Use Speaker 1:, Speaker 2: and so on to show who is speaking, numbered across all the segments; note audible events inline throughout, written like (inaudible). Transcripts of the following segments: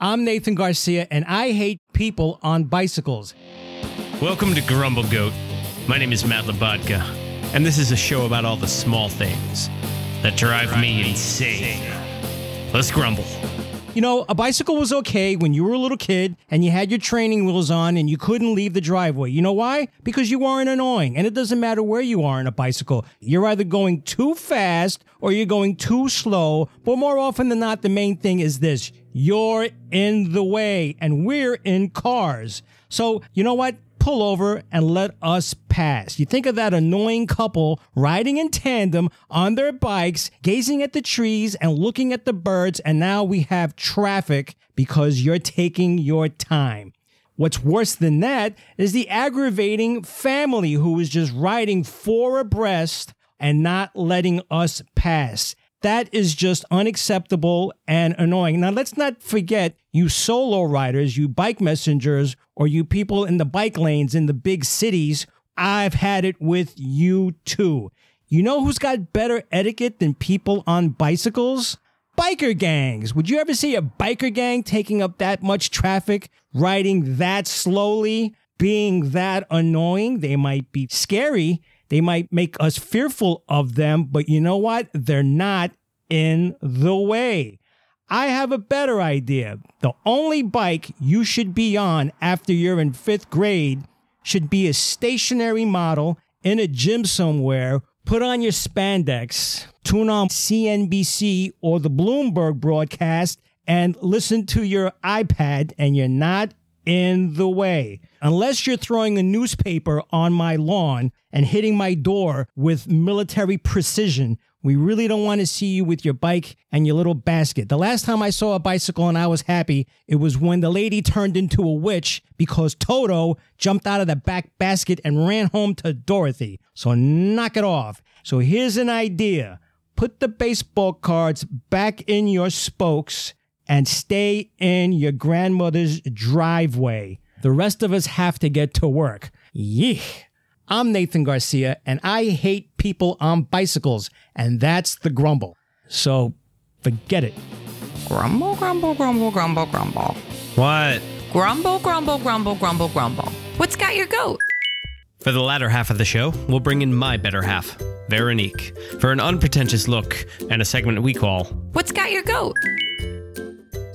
Speaker 1: I'm Nathan Garcia, and I hate people on bicycles.
Speaker 2: Welcome to Grumble Goat. My name is Matt Labodka, and this is a show about all the small things that drive me insane. Let's grumble.
Speaker 1: You know, a bicycle was okay when you were a little kid and you had your training wheels on and you couldn't leave the driveway. You know why? Because you aren't annoying. And it doesn't matter where you are on a bicycle. You're either going too fast or you're going too slow. But more often than not, the main thing is this you're in the way and we're in cars. So, you know what? Pull over and let us pass. You think of that annoying couple riding in tandem on their bikes, gazing at the trees and looking at the birds, and now we have traffic because you're taking your time. What's worse than that is the aggravating family who is just riding four abreast and not letting us pass. That is just unacceptable and annoying. Now, let's not forget you solo riders, you bike messengers, or you people in the bike lanes in the big cities. I've had it with you too. You know who's got better etiquette than people on bicycles? Biker gangs. Would you ever see a biker gang taking up that much traffic, riding that slowly, being that annoying? They might be scary. They might make us fearful of them, but you know what? They're not in the way. I have a better idea. The only bike you should be on after you're in fifth grade should be a stationary model in a gym somewhere. Put on your spandex, tune on CNBC or the Bloomberg broadcast, and listen to your iPad, and you're not in the way. Unless you're throwing a newspaper on my lawn and hitting my door with military precision, we really don't want to see you with your bike and your little basket. The last time I saw a bicycle and I was happy, it was when the lady turned into a witch because Toto jumped out of the back basket and ran home to Dorothy. So knock it off. So here's an idea put the baseball cards back in your spokes and stay in your grandmother's driveway. The rest of us have to get to work. Yeeh. I'm Nathan Garcia, and I hate people on bicycles, and that's the grumble. So forget it.
Speaker 3: Grumble, grumble, grumble, grumble, grumble.
Speaker 2: What?
Speaker 3: Grumble, grumble, grumble, grumble, grumble. What's got your goat?
Speaker 2: For the latter half of the show, we'll bring in my better half, Veronique, for an unpretentious look and a segment we call
Speaker 3: What's got your goat?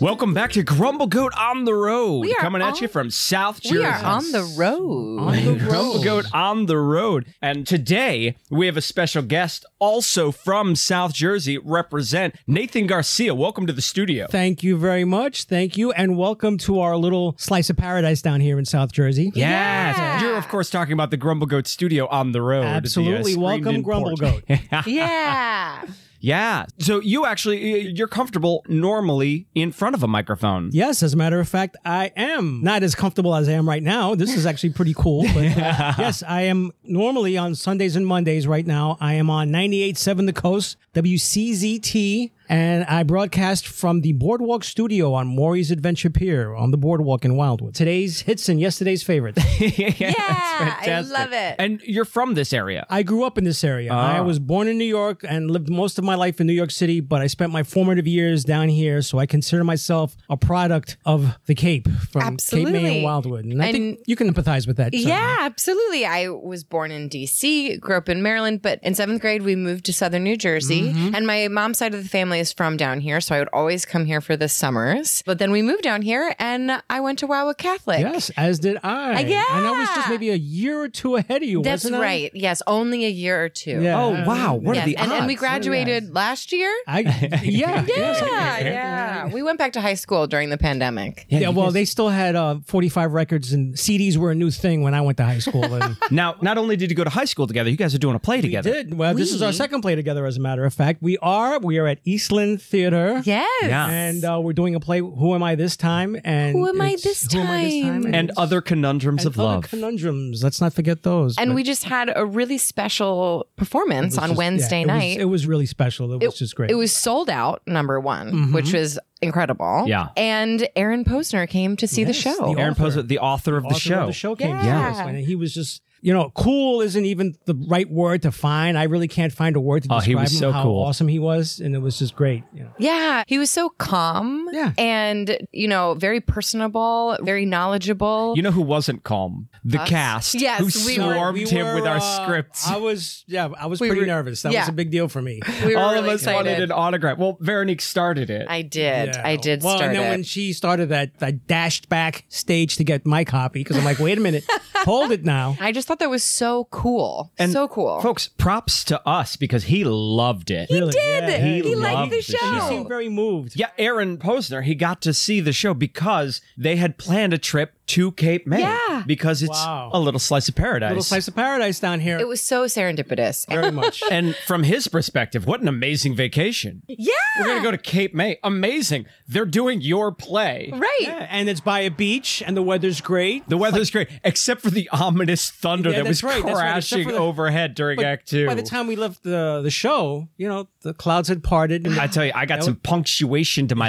Speaker 2: Welcome back to Grumble Goat on the Road,
Speaker 3: We are
Speaker 2: coming at
Speaker 3: on-
Speaker 2: you from South Jersey.
Speaker 3: We are on the road.
Speaker 1: (laughs)
Speaker 3: (laughs)
Speaker 1: On the
Speaker 2: Grumble
Speaker 1: road.
Speaker 2: Goat on the road. And today we have a special guest also from South Jersey represent Nathan Garcia. Welcome to the studio.
Speaker 1: Thank you very much. Thank you, and welcome to our little slice of paradise down here in South Jersey.
Speaker 2: Yes.
Speaker 3: Yeah.
Speaker 2: You're, of course, talking about the Grumble Goat studio on the road. the, uh,
Speaker 1: Absolutely.
Speaker 2: screened-in
Speaker 1: Welcome, Grumble
Speaker 2: porch.
Speaker 3: yeah.
Speaker 2: yeah. So you actually, you're comfortable normally in front of a microphone.
Speaker 1: Yes, as a matter of fact, I am not as comfortable as I am right now. This is actually pretty cool. But, uh, yes, I am normally on Sundays and Mondays right now. I am on 98.7 The Coast, WCZT, and I broadcast from the Boardwalk Studio on Maury's Adventure Pier on the Boardwalk in Wildwood. Today's hits and yesterday's favorites.
Speaker 2: yeah.
Speaker 3: I love it.
Speaker 2: And you're from this area.
Speaker 1: I grew up in this area.
Speaker 2: Ah.
Speaker 1: I was born in New York and lived most of my life in New York City, but I spent my formative years down here, so I consider myself a product of the Cape from Cape May
Speaker 3: Absolutely.
Speaker 1: and Wildwood. And I
Speaker 3: And-
Speaker 1: think you can empathize with that. so-
Speaker 3: Yeah, absolutely. I was born in DC, grew up in Maryland, but in seventh grade, we moved to southern New Jersey.
Speaker 1: Mm-hmm.
Speaker 3: And my mom's side of the family is from down here, so I would always come here for the summers. But then we moved down here and I went to Wawa Catholic.
Speaker 1: Yes, as did I.
Speaker 3: Uh, yeah.
Speaker 1: And I was just maybe a year or two ahead of you.
Speaker 3: That's
Speaker 1: wasn't I?
Speaker 3: right. Yes, only a year or two.
Speaker 1: Yeah.
Speaker 2: Oh, wow. What are
Speaker 3: Yes,
Speaker 2: the
Speaker 3: and, and we
Speaker 2: odds?
Speaker 3: graduated last year.
Speaker 2: (laughs)
Speaker 1: I, yeah. yes, I-
Speaker 3: Yeah, yeah. We went back to high school during the pandemic.
Speaker 1: Yeah, well, they still had uh, 45 records and CDs were a new thing when I went to high school. And
Speaker 2: Now, not only did you go to high school together, you guys are doing a play (laughs)
Speaker 1: we
Speaker 2: together.
Speaker 1: did. Well, this is our
Speaker 3: We-
Speaker 1: second play together, as a matter of fact. We are. We are at Eastland Theater.
Speaker 3: Yes.
Speaker 2: Yeah.
Speaker 1: and uh, we're doing a play. Who am I this time? And
Speaker 3: Who am I
Speaker 1: it's-
Speaker 3: this
Speaker 1: Who am I this time?
Speaker 3: time?
Speaker 2: And
Speaker 1: it's-
Speaker 2: other conundrums
Speaker 1: and
Speaker 2: of
Speaker 1: other
Speaker 2: love.
Speaker 1: conundrums. Let's not forget those.
Speaker 3: And
Speaker 1: but
Speaker 3: we just had a really special performance
Speaker 1: it was
Speaker 3: on
Speaker 1: just-
Speaker 3: Wednesday
Speaker 1: yeah, it was-
Speaker 3: night.
Speaker 1: it was really special. It, was just great.
Speaker 3: It was sold out, number one,
Speaker 1: Mhm.
Speaker 3: which was incredible.
Speaker 2: Yeah.
Speaker 3: And Aaron Posner came to see
Speaker 1: Yes,
Speaker 3: the show.
Speaker 1: the
Speaker 2: Aaron
Speaker 1: author.
Speaker 2: Posner, the author of the
Speaker 1: Author
Speaker 2: show.
Speaker 1: of the show came
Speaker 3: Yeah.
Speaker 1: to us, and he was just you know, cool isn't even the right word to find. I really can't find a word to
Speaker 4: Oh,
Speaker 1: describe
Speaker 4: he was
Speaker 1: him,
Speaker 4: so
Speaker 1: how
Speaker 4: cool.
Speaker 1: awesome he was, and it was just great. You know.
Speaker 3: Yeah, he was so calm
Speaker 1: Yeah.
Speaker 3: and, you know, very personable, very knowledgeable.
Speaker 4: You know who wasn't calm? The
Speaker 3: Us?
Speaker 4: cast.
Speaker 3: Yes,
Speaker 4: who
Speaker 3: we were-
Speaker 4: swarmed
Speaker 1: We
Speaker 4: him with
Speaker 1: were,
Speaker 4: our
Speaker 1: uh,
Speaker 4: scripts.
Speaker 1: I was, yeah, I was
Speaker 3: We
Speaker 1: pretty
Speaker 3: were-
Speaker 1: nervous. That
Speaker 3: yeah.
Speaker 1: was a big deal for me.
Speaker 3: we were
Speaker 4: All
Speaker 3: really
Speaker 4: of us
Speaker 3: excited.
Speaker 4: wanted an autograph. Well, Veronique started it.
Speaker 3: I did.
Speaker 1: Yeah.
Speaker 3: I did
Speaker 1: well,
Speaker 3: start
Speaker 1: and then
Speaker 3: it.
Speaker 1: when she started that, I dashed back stage to get my copy because I'm like, wait a
Speaker 3: (laughs)
Speaker 1: minute, hold it now.
Speaker 3: I just thought that was so cool. so cool.
Speaker 4: Folks, props to us because he loved it.
Speaker 1: Really?
Speaker 3: did.
Speaker 1: Yeah, yeah,
Speaker 4: He
Speaker 3: he liked
Speaker 4: loved
Speaker 3: the
Speaker 4: it. She
Speaker 1: She
Speaker 3: show.
Speaker 1: seemed very moved.
Speaker 4: Yeah, Aaron Posner, he got to see the show because they had planned a trip to Cape May.
Speaker 3: Yeah.
Speaker 4: Because it's
Speaker 1: Wow.
Speaker 4: a little slice of paradise.
Speaker 1: Little slice of paradise down here.
Speaker 3: It was so serendipitous.
Speaker 1: very much.
Speaker 4: and from his perspective, what an amazing vacation.
Speaker 3: yeah.
Speaker 4: We're going to go to Cape May. Amazing. They're doing your play.
Speaker 3: Right.
Speaker 1: Yeah, and it's by a beach, and the weather's great.
Speaker 4: The weather's great, except for the ominous thunder
Speaker 1: Yeah,
Speaker 4: that was
Speaker 1: that's right, that's right, except
Speaker 4: crashing
Speaker 1: for the-
Speaker 4: overhead during
Speaker 1: But
Speaker 4: Act Two.
Speaker 1: By the time we left the the show, you know, the clouds had parted. And
Speaker 4: I tell you, I got some punctuation to my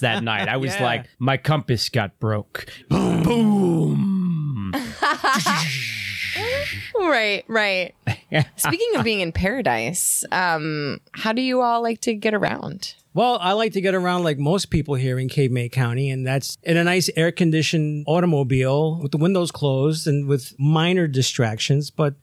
Speaker 1: (laughs)
Speaker 4: that night. I was
Speaker 1: Yeah.
Speaker 4: like, my compass got broke. Boom.
Speaker 3: Right,
Speaker 1: (laughs)
Speaker 3: right. Speaking of being in paradise, um, how do you all like to get around?
Speaker 1: well, I like to get around like most people here in Cape May County, and that's in a nice air conditioned automobile with the windows closed and with minor distractions. But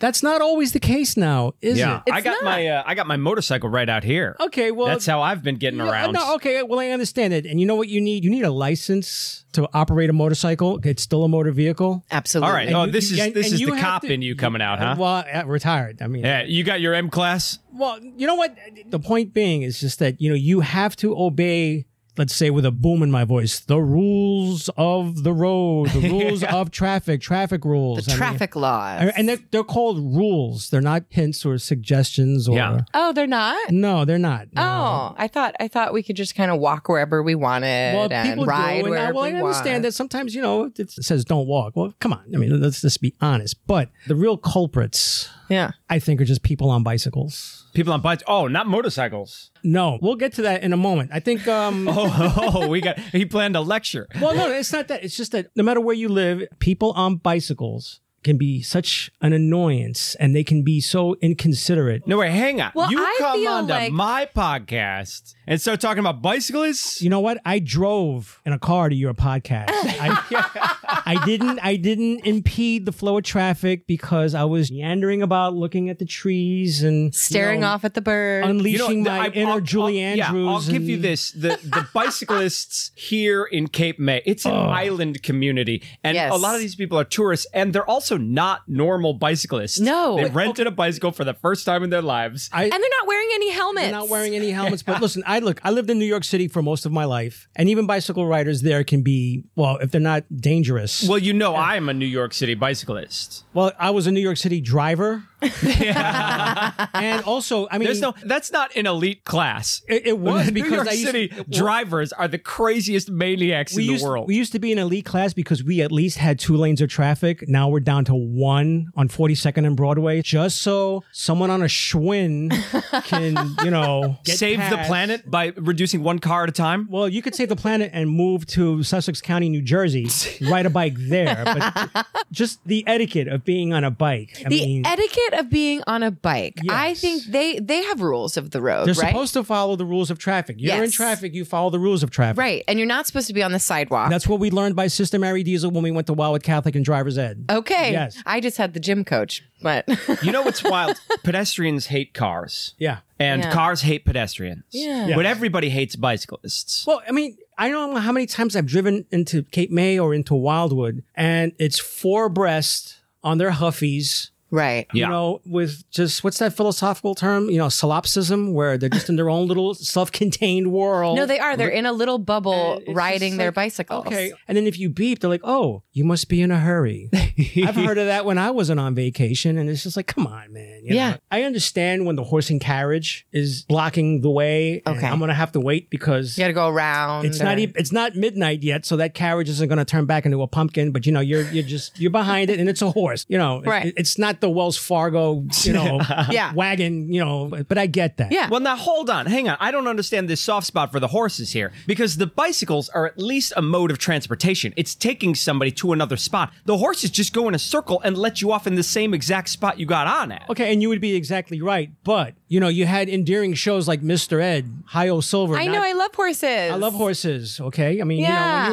Speaker 1: that's not always the case now, is
Speaker 4: Yeah,
Speaker 1: it?
Speaker 4: I got
Speaker 3: not.
Speaker 4: my uh, I got my motorcycle right out here.
Speaker 1: Okay, Oh, well,
Speaker 4: That's how I've been getting
Speaker 1: No, oh.
Speaker 4: around.
Speaker 1: No, okay. Well, I understand it. And you know what you need? You need a license to operate a motorcycle. It's still a motor vehicle.
Speaker 3: Absolutely.
Speaker 4: All right.
Speaker 1: And
Speaker 4: oh,
Speaker 1: you-
Speaker 4: this is
Speaker 1: and-
Speaker 4: this
Speaker 1: and
Speaker 4: is
Speaker 1: you
Speaker 4: the
Speaker 1: have
Speaker 4: cop
Speaker 1: to-
Speaker 4: in you coming out, huh?
Speaker 1: Well, uh, retired. I mean,
Speaker 4: yeah, you got your M class.
Speaker 1: Well, you know what? The point being is just that, you know, you have to obey, let's say with a boom in my voice, the rules of the road,
Speaker 4: (laughs)
Speaker 1: the rules of traffic, traffic rules.
Speaker 3: The
Speaker 1: I mean-
Speaker 3: traffic laws.
Speaker 1: I- and they're, they're called rules. They're not hints or suggestions or.
Speaker 4: Yeah.
Speaker 3: oh, they're not?
Speaker 1: No, they're not. No.
Speaker 3: Oh, I thought I thought we could just kind of walk wherever we wanted
Speaker 1: Well,
Speaker 3: and
Speaker 1: people
Speaker 3: ride
Speaker 1: do, and I,
Speaker 3: wherever
Speaker 1: well, I
Speaker 3: we
Speaker 1: understand
Speaker 3: want.
Speaker 1: that sometimes you know it says don't walk. Well, come on. I mean, let's just be honest. But the real culprits,
Speaker 3: Yeah.
Speaker 1: I think, are just people on bicycles.
Speaker 4: People on bikes. Oh, not motorcycles.
Speaker 1: No, we'll get to that in a moment. I think.
Speaker 3: (laughs)
Speaker 1: Um,
Speaker 4: Oh, (laughs) oh, we got. He planned a lecture.
Speaker 1: Well, no, it's not that. It's just that no matter where you live, people on bicycles can be such an annoyance, and they can be so inconsiderate.
Speaker 4: No, wait, hang on.
Speaker 3: Well,
Speaker 4: you
Speaker 3: I
Speaker 4: come
Speaker 3: feel
Speaker 4: onto
Speaker 3: like-
Speaker 4: my podcast and start talking about bicyclists.
Speaker 1: You know what? I drove in a car to your podcast. I, I didn't. I didn't impede the flow of traffic because I was meandering about, looking at the trees and
Speaker 3: Staring off at the bird.
Speaker 4: You know,
Speaker 1: unleashing
Speaker 4: the-
Speaker 1: my
Speaker 4: I-
Speaker 1: inner
Speaker 4: I'll-
Speaker 1: Julie
Speaker 4: I'll-
Speaker 1: Andrews.
Speaker 4: Yeah, I'll give you
Speaker 1: and-
Speaker 4: this: the
Speaker 1: (laughs)
Speaker 4: the bicyclists here in Cape May. It's an island community, and
Speaker 3: Yes.
Speaker 4: a lot of these people are tourists, and they're also not normal bicyclists.
Speaker 3: No.
Speaker 4: they rented a bicycle for the first time in their lives.
Speaker 1: I,
Speaker 3: and they're not wearing any helmets.
Speaker 1: They're not wearing any helmets. But listen, I look, I lived in New York City for most of my life, and even bicycle riders there can be, well, if they're not dangerous. Well,
Speaker 4: Well, you know, I am a New York City bicyclist.
Speaker 1: I was a New York City
Speaker 4: (laughs)
Speaker 1: driver. and also, I mean,
Speaker 4: There's no, that's not an elite class.
Speaker 1: it, it was because
Speaker 4: New York
Speaker 1: I used,
Speaker 4: City drivers are the craziest maniacs
Speaker 1: we
Speaker 4: in the
Speaker 1: used,
Speaker 4: world.
Speaker 1: we used to be an elite class because we at least had two lanes of traffic. Now we're down to one on 42nd and Broadway, just so someone on a
Speaker 3: (laughs)
Speaker 1: Schwinn can, you know, get
Speaker 4: Save the
Speaker 1: past.
Speaker 4: planet by reducing one car at a time.
Speaker 1: Well, you could save the planet and move to Sussex County, New
Speaker 4: (laughs)
Speaker 1: Jersey, ride a bike there.
Speaker 3: (laughs)
Speaker 1: But just the etiquette of being on a bike. I
Speaker 3: the
Speaker 1: mean,
Speaker 3: etiquette of being on a bike. I
Speaker 1: Yes.
Speaker 3: think they they have rules of the road,
Speaker 1: they're
Speaker 3: right?
Speaker 1: supposed to follow the rules of traffic. You're in
Speaker 3: Yes.
Speaker 1: traffic, you follow the rules of traffic.
Speaker 3: right. And you're not supposed to be on the sidewalk.
Speaker 1: That's what we learned by Sister Mary Diesel when we went to Wildwood Catholic and Driver's Ed.
Speaker 3: okay.
Speaker 1: Yes.
Speaker 3: I just had the gym coach, but (laughs)
Speaker 4: You know what's
Speaker 1: (laughs)
Speaker 4: wild? Pedestrians hate cars.
Speaker 1: Yeah.
Speaker 4: And
Speaker 3: Yeah.
Speaker 4: cars hate pedestrians.
Speaker 3: Yeah.
Speaker 4: But everybody hates bicyclists.
Speaker 1: Well, I mean, I don't know how many times I've driven into Cape May or into Wildwood, and it's four breasts on their huffies.
Speaker 3: right.
Speaker 4: Yeah.
Speaker 1: you know, with just what's that philosophical term? You know, solipsism, where they're just in their own little (laughs) self-contained world.
Speaker 3: No, they are. They're in a little bubble
Speaker 1: And it's
Speaker 3: riding
Speaker 1: just
Speaker 3: their
Speaker 1: like,
Speaker 3: bicycles.
Speaker 1: Okay. And then if you beep, they're like, "Oh, you must be in a hurry." I've heard of that when I wasn't on vacation, and it's just like, "Come on, man." you
Speaker 3: Yeah.
Speaker 1: know? I understand when the horse and carriage is blocking the way. and
Speaker 3: Okay.
Speaker 1: I'm gonna have to wait because.
Speaker 3: You got to go around.
Speaker 1: It's not
Speaker 3: or-
Speaker 1: even, it's not midnight yet, so that carriage isn't going to turn back into a pumpkin. But you know, you're you're just you're behind it, and it's a horse. You know,
Speaker 3: Right.
Speaker 1: It- it's not the Wells Fargo, you know,
Speaker 3: (laughs) Yeah.
Speaker 1: wagon. You know, but I get that.
Speaker 3: Yeah.
Speaker 4: Well, now hold on, hang on. I don't understand this soft spot for the horses here because the bicycles are at least a mode of transportation. It's taking somebody to to another spot. The horses just go in a circle and let you off in the same exact spot you got on at.
Speaker 1: Okay, and you would be exactly right. But, you know, you had endearing shows like Mr. Ed, Hio Silver.
Speaker 3: I
Speaker 1: not-
Speaker 3: know. I love horses.
Speaker 1: I love horses. Okay, I mean,
Speaker 3: Yeah.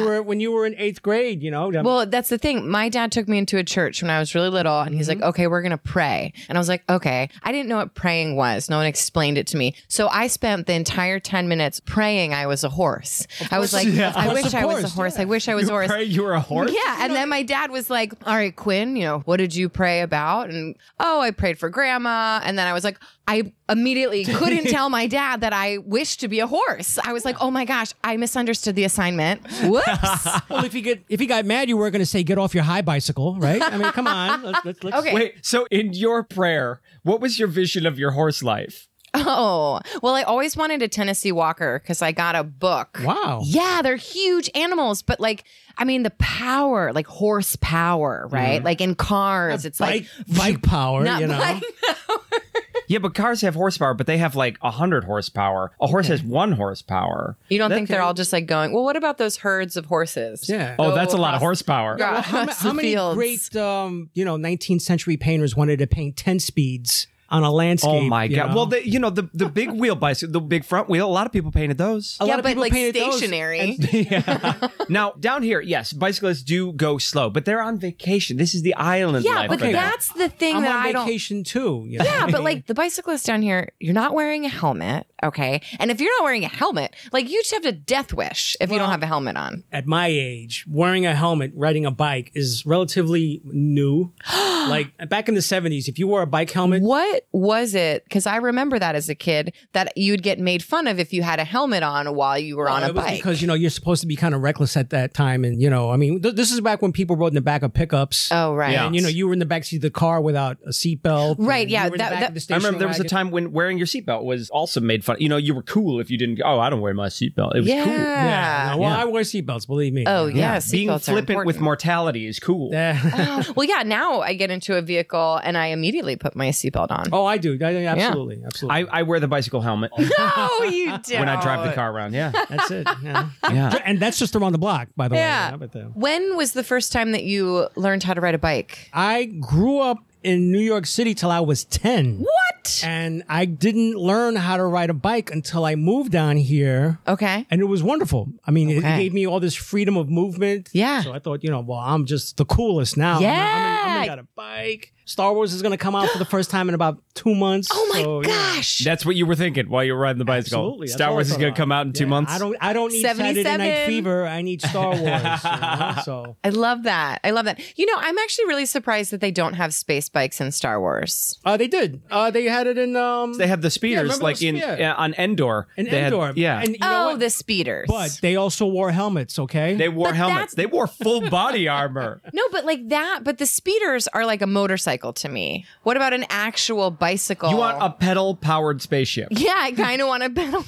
Speaker 1: you know, when you were when you were in eighth grade, you know,
Speaker 3: Well, that's the thing. My dad took me into a church when I was really little, and he's like,
Speaker 1: Mm-hmm.
Speaker 3: okay, we're going to pray. And I was like, okay. I didn't know what praying was. No one explained it to me. So I spent the entire 10 minutes praying I was a horse. I was
Speaker 1: (laughs)
Speaker 3: like,
Speaker 4: yeah.
Speaker 3: I
Speaker 1: Of
Speaker 3: wish I was a
Speaker 1: course,
Speaker 3: horse. I wish I was a horse.
Speaker 4: Pray you were a
Speaker 1: (laughs)
Speaker 4: horse.
Speaker 3: (laughs) Yeah. And then my dad was like, All right, Quinn, you know, what did you pray about? And oh, I prayed for grandma. And then I was like, I
Speaker 1: (laughs)
Speaker 3: immediately couldn't tell my dad that I wished to be a horse. I was like, Oh my gosh, I misunderstood the assignment.
Speaker 1: (laughs)
Speaker 3: Whoops.
Speaker 1: (laughs) well, if you get if he got mad, you weren't going to say get off your high bicycle, right? I mean, come on, let's, let's, let's
Speaker 3: (laughs) Okay.
Speaker 4: Wait, so in your prayer, what was your vision of your horse
Speaker 3: (laughs)
Speaker 4: life?
Speaker 3: Oh, well, I always wanted a Tennessee Walker because I got a book.
Speaker 1: Wow.
Speaker 3: Yeah, they're huge animals, but like, I mean, the power, like horsepower, right? Like in cars, it's
Speaker 1: Mm-hmm. bike
Speaker 3: like
Speaker 1: bike power,
Speaker 3: not
Speaker 1: you know.
Speaker 3: like-
Speaker 4: Yeah, but cars have horsepower, but they have like 100 horsepower. A horse has one horsepower.
Speaker 3: You don't
Speaker 4: That
Speaker 3: think they're all just like going? Well, what about those herds of horses?
Speaker 1: Yeah.
Speaker 4: Oh,
Speaker 3: Go
Speaker 4: that's a lot of
Speaker 3: across-
Speaker 4: horsepower.
Speaker 3: Yeah.
Speaker 1: how, ma-
Speaker 3: across
Speaker 1: how
Speaker 3: the
Speaker 1: many
Speaker 3: fields.
Speaker 1: great um, you know 19th century painters wanted to paint 10 speeds on a landscape?
Speaker 4: Oh my
Speaker 1: you
Speaker 4: god!
Speaker 1: know?
Speaker 4: Well, the, you know the the big wheel bicycle, the big front wheel. A lot of people painted those.
Speaker 1: a lot
Speaker 3: Yeah,
Speaker 1: of
Speaker 3: but
Speaker 1: people
Speaker 3: like
Speaker 1: painted those
Speaker 3: stationary.
Speaker 1: and-
Speaker 4: now down here, yes, bicyclists do go slow, but they're on vacation. This is the
Speaker 1: (laughs)
Speaker 4: island
Speaker 3: (laughs) Yeah,
Speaker 4: life.
Speaker 3: but
Speaker 4: for them.
Speaker 3: that's the thing
Speaker 1: I'm
Speaker 3: that I
Speaker 1: on
Speaker 3: don't.
Speaker 1: vacation too. you know?
Speaker 3: Yeah,
Speaker 1: (laughs)
Speaker 3: but like the bicyclist down here, you're not wearing a helmet, okay? And if you're not wearing a helmet, like you just have to death wish if you don't have a helmet on.
Speaker 1: at my age, wearing a helmet riding a bike is relatively
Speaker 3: (gasps)
Speaker 1: new. like back in the 70s, if you wore a bike helmet,
Speaker 3: What was it? Because I remember that as a kid that you'd get made fun of if you had a helmet on while you were on a
Speaker 1: It was
Speaker 3: bike.
Speaker 1: Because you know you're supposed to be kind of reckless at that time, and you know, I mean, th- this is back when people rode in the back of pickups.
Speaker 3: oh right,
Speaker 4: Yeah.
Speaker 1: And you know, you were in the backseat of the car without a seatbelt.
Speaker 3: Right,
Speaker 1: and
Speaker 3: yeah,
Speaker 1: You were in
Speaker 3: that-
Speaker 1: the back
Speaker 3: that-
Speaker 1: of the
Speaker 4: I
Speaker 1: station
Speaker 4: remember there was a
Speaker 1: wagon.
Speaker 4: time when wearing your seatbelt was also made fun. You know, you were cool if you didn't. Oh, I don't wear my seatbelt. It was
Speaker 3: yeah.
Speaker 4: cool.
Speaker 1: Yeah,
Speaker 3: (laughs)
Speaker 1: no, well, I wore seatbelts, believe me.
Speaker 3: Oh yeah,
Speaker 4: Being
Speaker 3: seatbelts are
Speaker 4: flippant with
Speaker 3: important.
Speaker 4: mortality is cool.
Speaker 1: (laughs) Yeah. (laughs)
Speaker 3: Oh, Well, yeah. Now I get into a vehicle and I immediately put my seatbelt on.
Speaker 1: oh, I do. I- I- absolutely, absolutely.
Speaker 4: I, I wear the bicycle helmet
Speaker 3: (laughs)
Speaker 1: (laughs)
Speaker 3: No, you don't.
Speaker 4: when I drive the car around.
Speaker 3: (laughs)
Speaker 4: Yeah,
Speaker 1: that's it. Yeah.
Speaker 4: yeah.
Speaker 1: (laughs) and that's just around the block, by the
Speaker 3: Yeah.
Speaker 1: way. but, uh,
Speaker 3: When was the first time that you learned how to ride a bike?
Speaker 1: I grew up in New York City till I was ten.
Speaker 3: What?
Speaker 1: And I didn't learn how to ride a bike until I moved down here.
Speaker 3: Okay.
Speaker 1: And it was wonderful. I mean, it-
Speaker 3: Okay.
Speaker 1: it gave me all this freedom of movement.
Speaker 3: Yeah.
Speaker 1: So I thought, you know, well, I'm just the coolest now. I'm- I'm, I'm,
Speaker 3: Yeah.
Speaker 1: I got a bike. Star Wars is going to come out for the first time in about two months.
Speaker 3: Oh my
Speaker 1: so, yeah.
Speaker 3: gosh.
Speaker 4: That's what you were thinking while you were riding the bicycle.
Speaker 1: Absolutely. That's
Speaker 4: Star
Speaker 1: all
Speaker 4: Wars
Speaker 1: I
Speaker 4: is
Speaker 1: thought
Speaker 4: going
Speaker 1: about.
Speaker 4: to come out in two
Speaker 1: Yeah,
Speaker 4: months.
Speaker 1: I don't. I don't need Saturday Night
Speaker 3: 77.
Speaker 1: Fever. I need (laughs) Star Wars. you know? So
Speaker 3: I love that. I love that. You know, I'm actually really surprised that they don't have space bikes in Star Wars.
Speaker 1: uh, they did. Uh, they had it in. Um,
Speaker 4: They have the speeders
Speaker 1: remember
Speaker 4: like
Speaker 1: those-
Speaker 4: in
Speaker 1: yeah.
Speaker 4: uh, on Endor.
Speaker 1: in
Speaker 4: They had-
Speaker 1: Endor.
Speaker 4: yeah.
Speaker 1: And you know
Speaker 3: oh,
Speaker 1: what?
Speaker 3: the speeders.
Speaker 1: But they also wore helmets. Okay.
Speaker 4: they wore
Speaker 3: But
Speaker 4: helmets.
Speaker 3: that's-
Speaker 4: They wore full
Speaker 3: (laughs)
Speaker 4: body armor.
Speaker 3: no, but like that. But the speeders are like a motorcycle to me. What about an actual bicycle?
Speaker 4: You want a pedal powered spaceship.
Speaker 3: Yeah, I kind of want a battle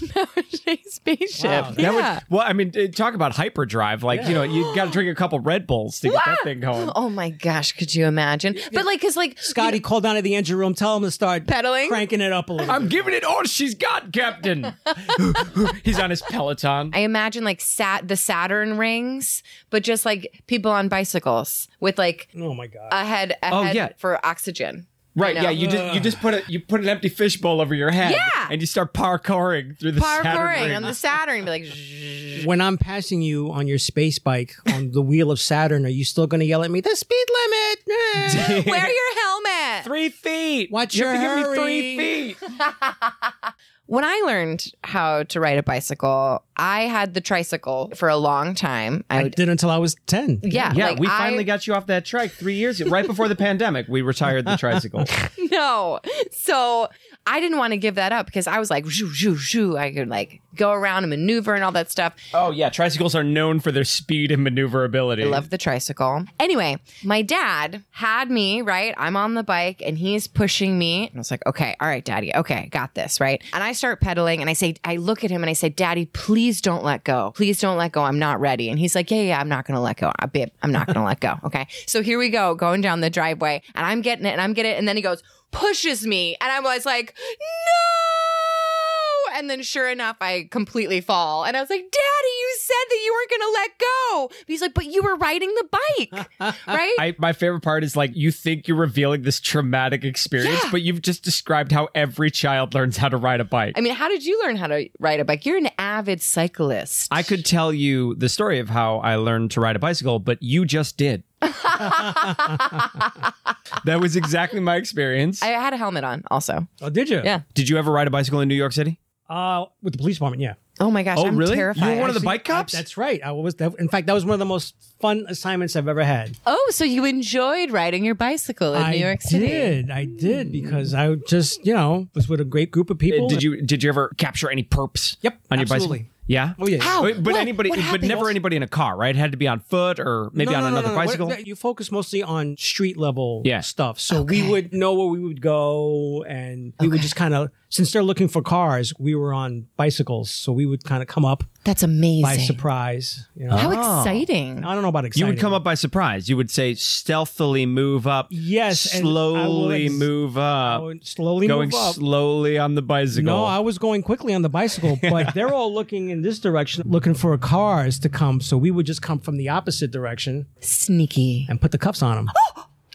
Speaker 3: spaceship.
Speaker 1: Wow.
Speaker 4: That would-
Speaker 3: yeah.
Speaker 4: well, I mean, uh, talk about hyperdrive. Like, you know, you got to drink a couple Red Bulls to get that thing
Speaker 3: (laughs)
Speaker 4: going.
Speaker 3: Oh my gosh, could you imagine? But like, cause like
Speaker 1: Scotty, call down to the engine room. Tell him to start
Speaker 3: Pedaling?
Speaker 1: cranking it up a little.
Speaker 4: I'm giving it all she's got, Captain. (laughs) He's on his Peloton.
Speaker 3: I imagine like sat the Saturn rings, but just like people on bicycles with like
Speaker 1: oh my god.
Speaker 3: a head, a
Speaker 4: Oh,
Speaker 3: head
Speaker 4: yeah.
Speaker 3: for oxygen.
Speaker 4: Right?
Speaker 3: know.
Speaker 4: Yeah. You just you just put a you put an empty fishbowl over your head.
Speaker 3: Yeah.
Speaker 4: And you start parkouring through the Saturn
Speaker 3: Parkouring
Speaker 4: ring.
Speaker 3: on the
Speaker 4: (laughs)
Speaker 3: Saturn, be like, "Zzzz."
Speaker 1: when I'm passing you on your space bike on the wheel of Saturn, are you still going to yell at me? The speed limit. Eh." (laughs)
Speaker 3: wear your helmet.
Speaker 4: three feet.
Speaker 1: Watch
Speaker 4: you have
Speaker 1: your
Speaker 4: to give me
Speaker 1: hurry.
Speaker 4: three
Speaker 3: (laughs)
Speaker 4: feet.
Speaker 3: When I learned how to ride a bicycle, I had the tricycle for a long time. I,
Speaker 1: I did until I was ten.
Speaker 3: yeah,
Speaker 4: Yeah,
Speaker 3: like,
Speaker 4: we
Speaker 3: I- (laughs)
Speaker 4: finally got you off that trike three years right before the (laughs) pandemic. We retired the
Speaker 3: (laughs)
Speaker 4: tricycle.
Speaker 3: No. So I didn't want to give that up because I was like, shoo, shoo, shoo. I could like go around and maneuver and all that stuff.
Speaker 4: oh yeah, tricycles are known for their speed and maneuverability.
Speaker 3: I love the tricycle. Anyway, my dad had me, right? I'm on the bike and he's pushing me. And I was like, okay, all right, daddy, okay, got this, right? And I start pedaling and I say, I look at him and I say, daddy, please don't let go. Please don't let go. I'm not ready. And he's like, yeah, yeah, yeah, I'm not going to let go. I, babe, I'm not going to let go. Okay. So here we go, going down the driveway and I'm getting it and I'm getting it. And then he goes, pushes me. And I was like, no. And then sure enough, I completely fall. And I was like, Daddy, you said that you weren't going to let go. He's like, But you were riding the (laughs) bike, right?
Speaker 4: I, my favorite part is like you think you're revealing this traumatic experience,
Speaker 3: Yeah.
Speaker 4: but you've just described how every child learns how to ride a bike.
Speaker 3: I mean, how did you learn how to ride a bike? You're an avid cyclist.
Speaker 4: I could tell you the story of how I learned to ride a bicycle, but you just
Speaker 3: (laughs)
Speaker 4: did. that was exactly my experience.
Speaker 3: I had a helmet on also.
Speaker 1: Oh, did you?
Speaker 3: Yeah.
Speaker 4: Did you ever ride a bicycle in New York City?
Speaker 1: Uh, with the police department, yeah.
Speaker 3: Oh my gosh,
Speaker 4: Oh,
Speaker 3: I'm
Speaker 4: really? You
Speaker 3: terrified.
Speaker 4: were one of the bike cops?
Speaker 1: That's right. I was. That, in fact, that was one of the most fun assignments I've ever had.
Speaker 3: oh, so you enjoyed riding your bicycle in
Speaker 1: I
Speaker 3: New York City?
Speaker 1: did. I did because I just, you know, was with a great group of people.
Speaker 4: Hmm. Did you did you ever capture any perps?
Speaker 1: Yep,
Speaker 4: On your
Speaker 1: absolutely.
Speaker 4: bicycle? Yeah.
Speaker 1: Oh, yeah.
Speaker 3: How?
Speaker 4: Wait, But
Speaker 3: What?
Speaker 4: anybody
Speaker 3: What
Speaker 4: but
Speaker 3: happened?
Speaker 4: never anybody in a car, right? It had to be on foot or maybe
Speaker 1: No,
Speaker 4: on
Speaker 1: no, no, no,
Speaker 4: another
Speaker 1: no.
Speaker 4: bicycle.
Speaker 1: What- You focus mostly on street level
Speaker 4: Yeah.
Speaker 1: stuff. So we would know where we would go and we would just kind of, since they're looking for cars, we were on bicycles. So we would kind of come up
Speaker 3: That's
Speaker 1: by
Speaker 3: amazing.
Speaker 1: surprise. You know?
Speaker 3: How
Speaker 4: Ah.
Speaker 3: exciting.
Speaker 1: I don't know about
Speaker 4: You
Speaker 1: exciting.
Speaker 4: would come up by surprise. You would say stealthily move up.
Speaker 1: Yes, and I
Speaker 4: Slowly
Speaker 1: was-
Speaker 4: move up.
Speaker 1: I would slowly
Speaker 4: going
Speaker 1: move up.
Speaker 4: slowly on the bicycle.
Speaker 1: No, I was going quickly on the
Speaker 4: (laughs)
Speaker 1: bicycle, but they're all looking in this direction, looking for cars to come. So we would just come from the opposite direction
Speaker 3: Sneaky.
Speaker 1: and put the cuffs on
Speaker 3: (gasps)
Speaker 1: them.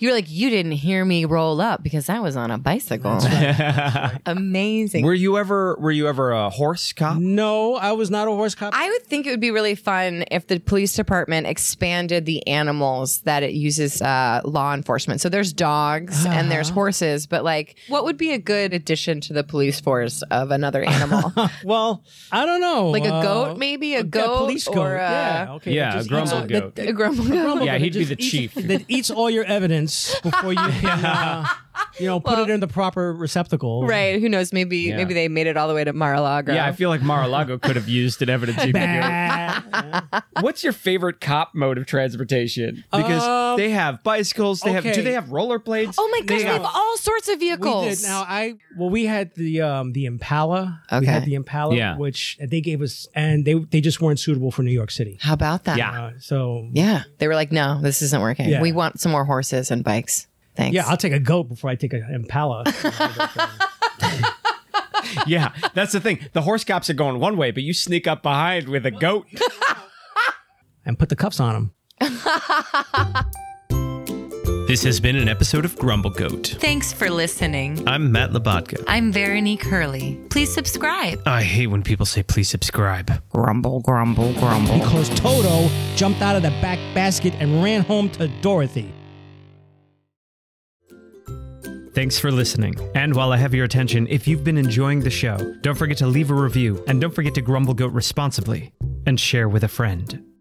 Speaker 3: You're like, you didn't hear me roll up because I was on a bicycle. (laughs) amazing.
Speaker 4: were you ever were you ever a horse cop?
Speaker 1: no, I was not a horse cop.
Speaker 3: I would think it would be really fun if the police department expanded the animals that it uses uh, law enforcement. So there's dogs and there's horses, but like, what would be a good addition to the police force of another animal?
Speaker 1: well, I don't know.
Speaker 3: like a
Speaker 1: Uh,
Speaker 3: goat, maybe a
Speaker 1: yeah,
Speaker 3: goat,
Speaker 1: police goat.
Speaker 3: or uh, a,
Speaker 1: yeah, okay.
Speaker 4: Yeah,
Speaker 1: that
Speaker 4: a
Speaker 1: just
Speaker 4: grumble
Speaker 1: eats-
Speaker 4: goat.
Speaker 1: That,
Speaker 3: a grumble
Speaker 1: (laughs)
Speaker 3: goat.
Speaker 1: grumble
Speaker 4: Yeah,
Speaker 1: goat
Speaker 4: he'd
Speaker 1: that
Speaker 4: be
Speaker 1: just
Speaker 4: the
Speaker 1: eats-
Speaker 4: chief.
Speaker 1: that eats all your evidence before you can, uh, you know, put it in the proper receptacle.
Speaker 3: (laughs)
Speaker 1: (laughs)
Speaker 3: Right? Who knows? Maybe maybe they made it all the way to Mar-a-Lago.
Speaker 4: Yeah, I feel like Mar-a-Lago could have used an evidence
Speaker 1: (laughs)
Speaker 4: you could
Speaker 1: Bah.
Speaker 4: What's your favorite cop mode of transportation? Because
Speaker 1: Um,
Speaker 4: they have bicycles. They have.
Speaker 1: okay.
Speaker 4: Do they have rollerblades?
Speaker 3: oh my gosh, we
Speaker 4: They
Speaker 3: have
Speaker 4: have-
Speaker 3: all sorts of vehicles.
Speaker 1: We did. Now I well, we had the um the Impala.
Speaker 3: Okay.
Speaker 1: We had the Impala,
Speaker 4: Yeah.
Speaker 1: which they gave us, and they they just weren't suitable for New York City.
Speaker 3: How about that?
Speaker 4: Yeah.
Speaker 1: Uh, so yeah.
Speaker 3: Yeah. They were like, no, this isn't working.
Speaker 1: Yeah.
Speaker 3: We want some more horses and bikes. Thanks.
Speaker 1: I'll take a goat before I take an Impala. (laughs)
Speaker 4: yeah, that's the thing. The horse cops are going one way, but you sneak up behind with a goat.
Speaker 1: and put the cuffs on them.
Speaker 2: This has been an episode of Grumble Goat.
Speaker 5: Thanks for listening.
Speaker 2: I'm Matt Labatka.
Speaker 5: I'm Veronique Hurley. Please subscribe.
Speaker 2: I hate when people say please subscribe.
Speaker 3: grumble, grumble, grumble.
Speaker 1: Because Toto jumped out of the back basket and ran home to Dorothy.
Speaker 2: Thanks for listening. And while I have your attention, if you've been enjoying the show, don't forget to leave a review and don't forget to grumble goat responsibly and share with a friend.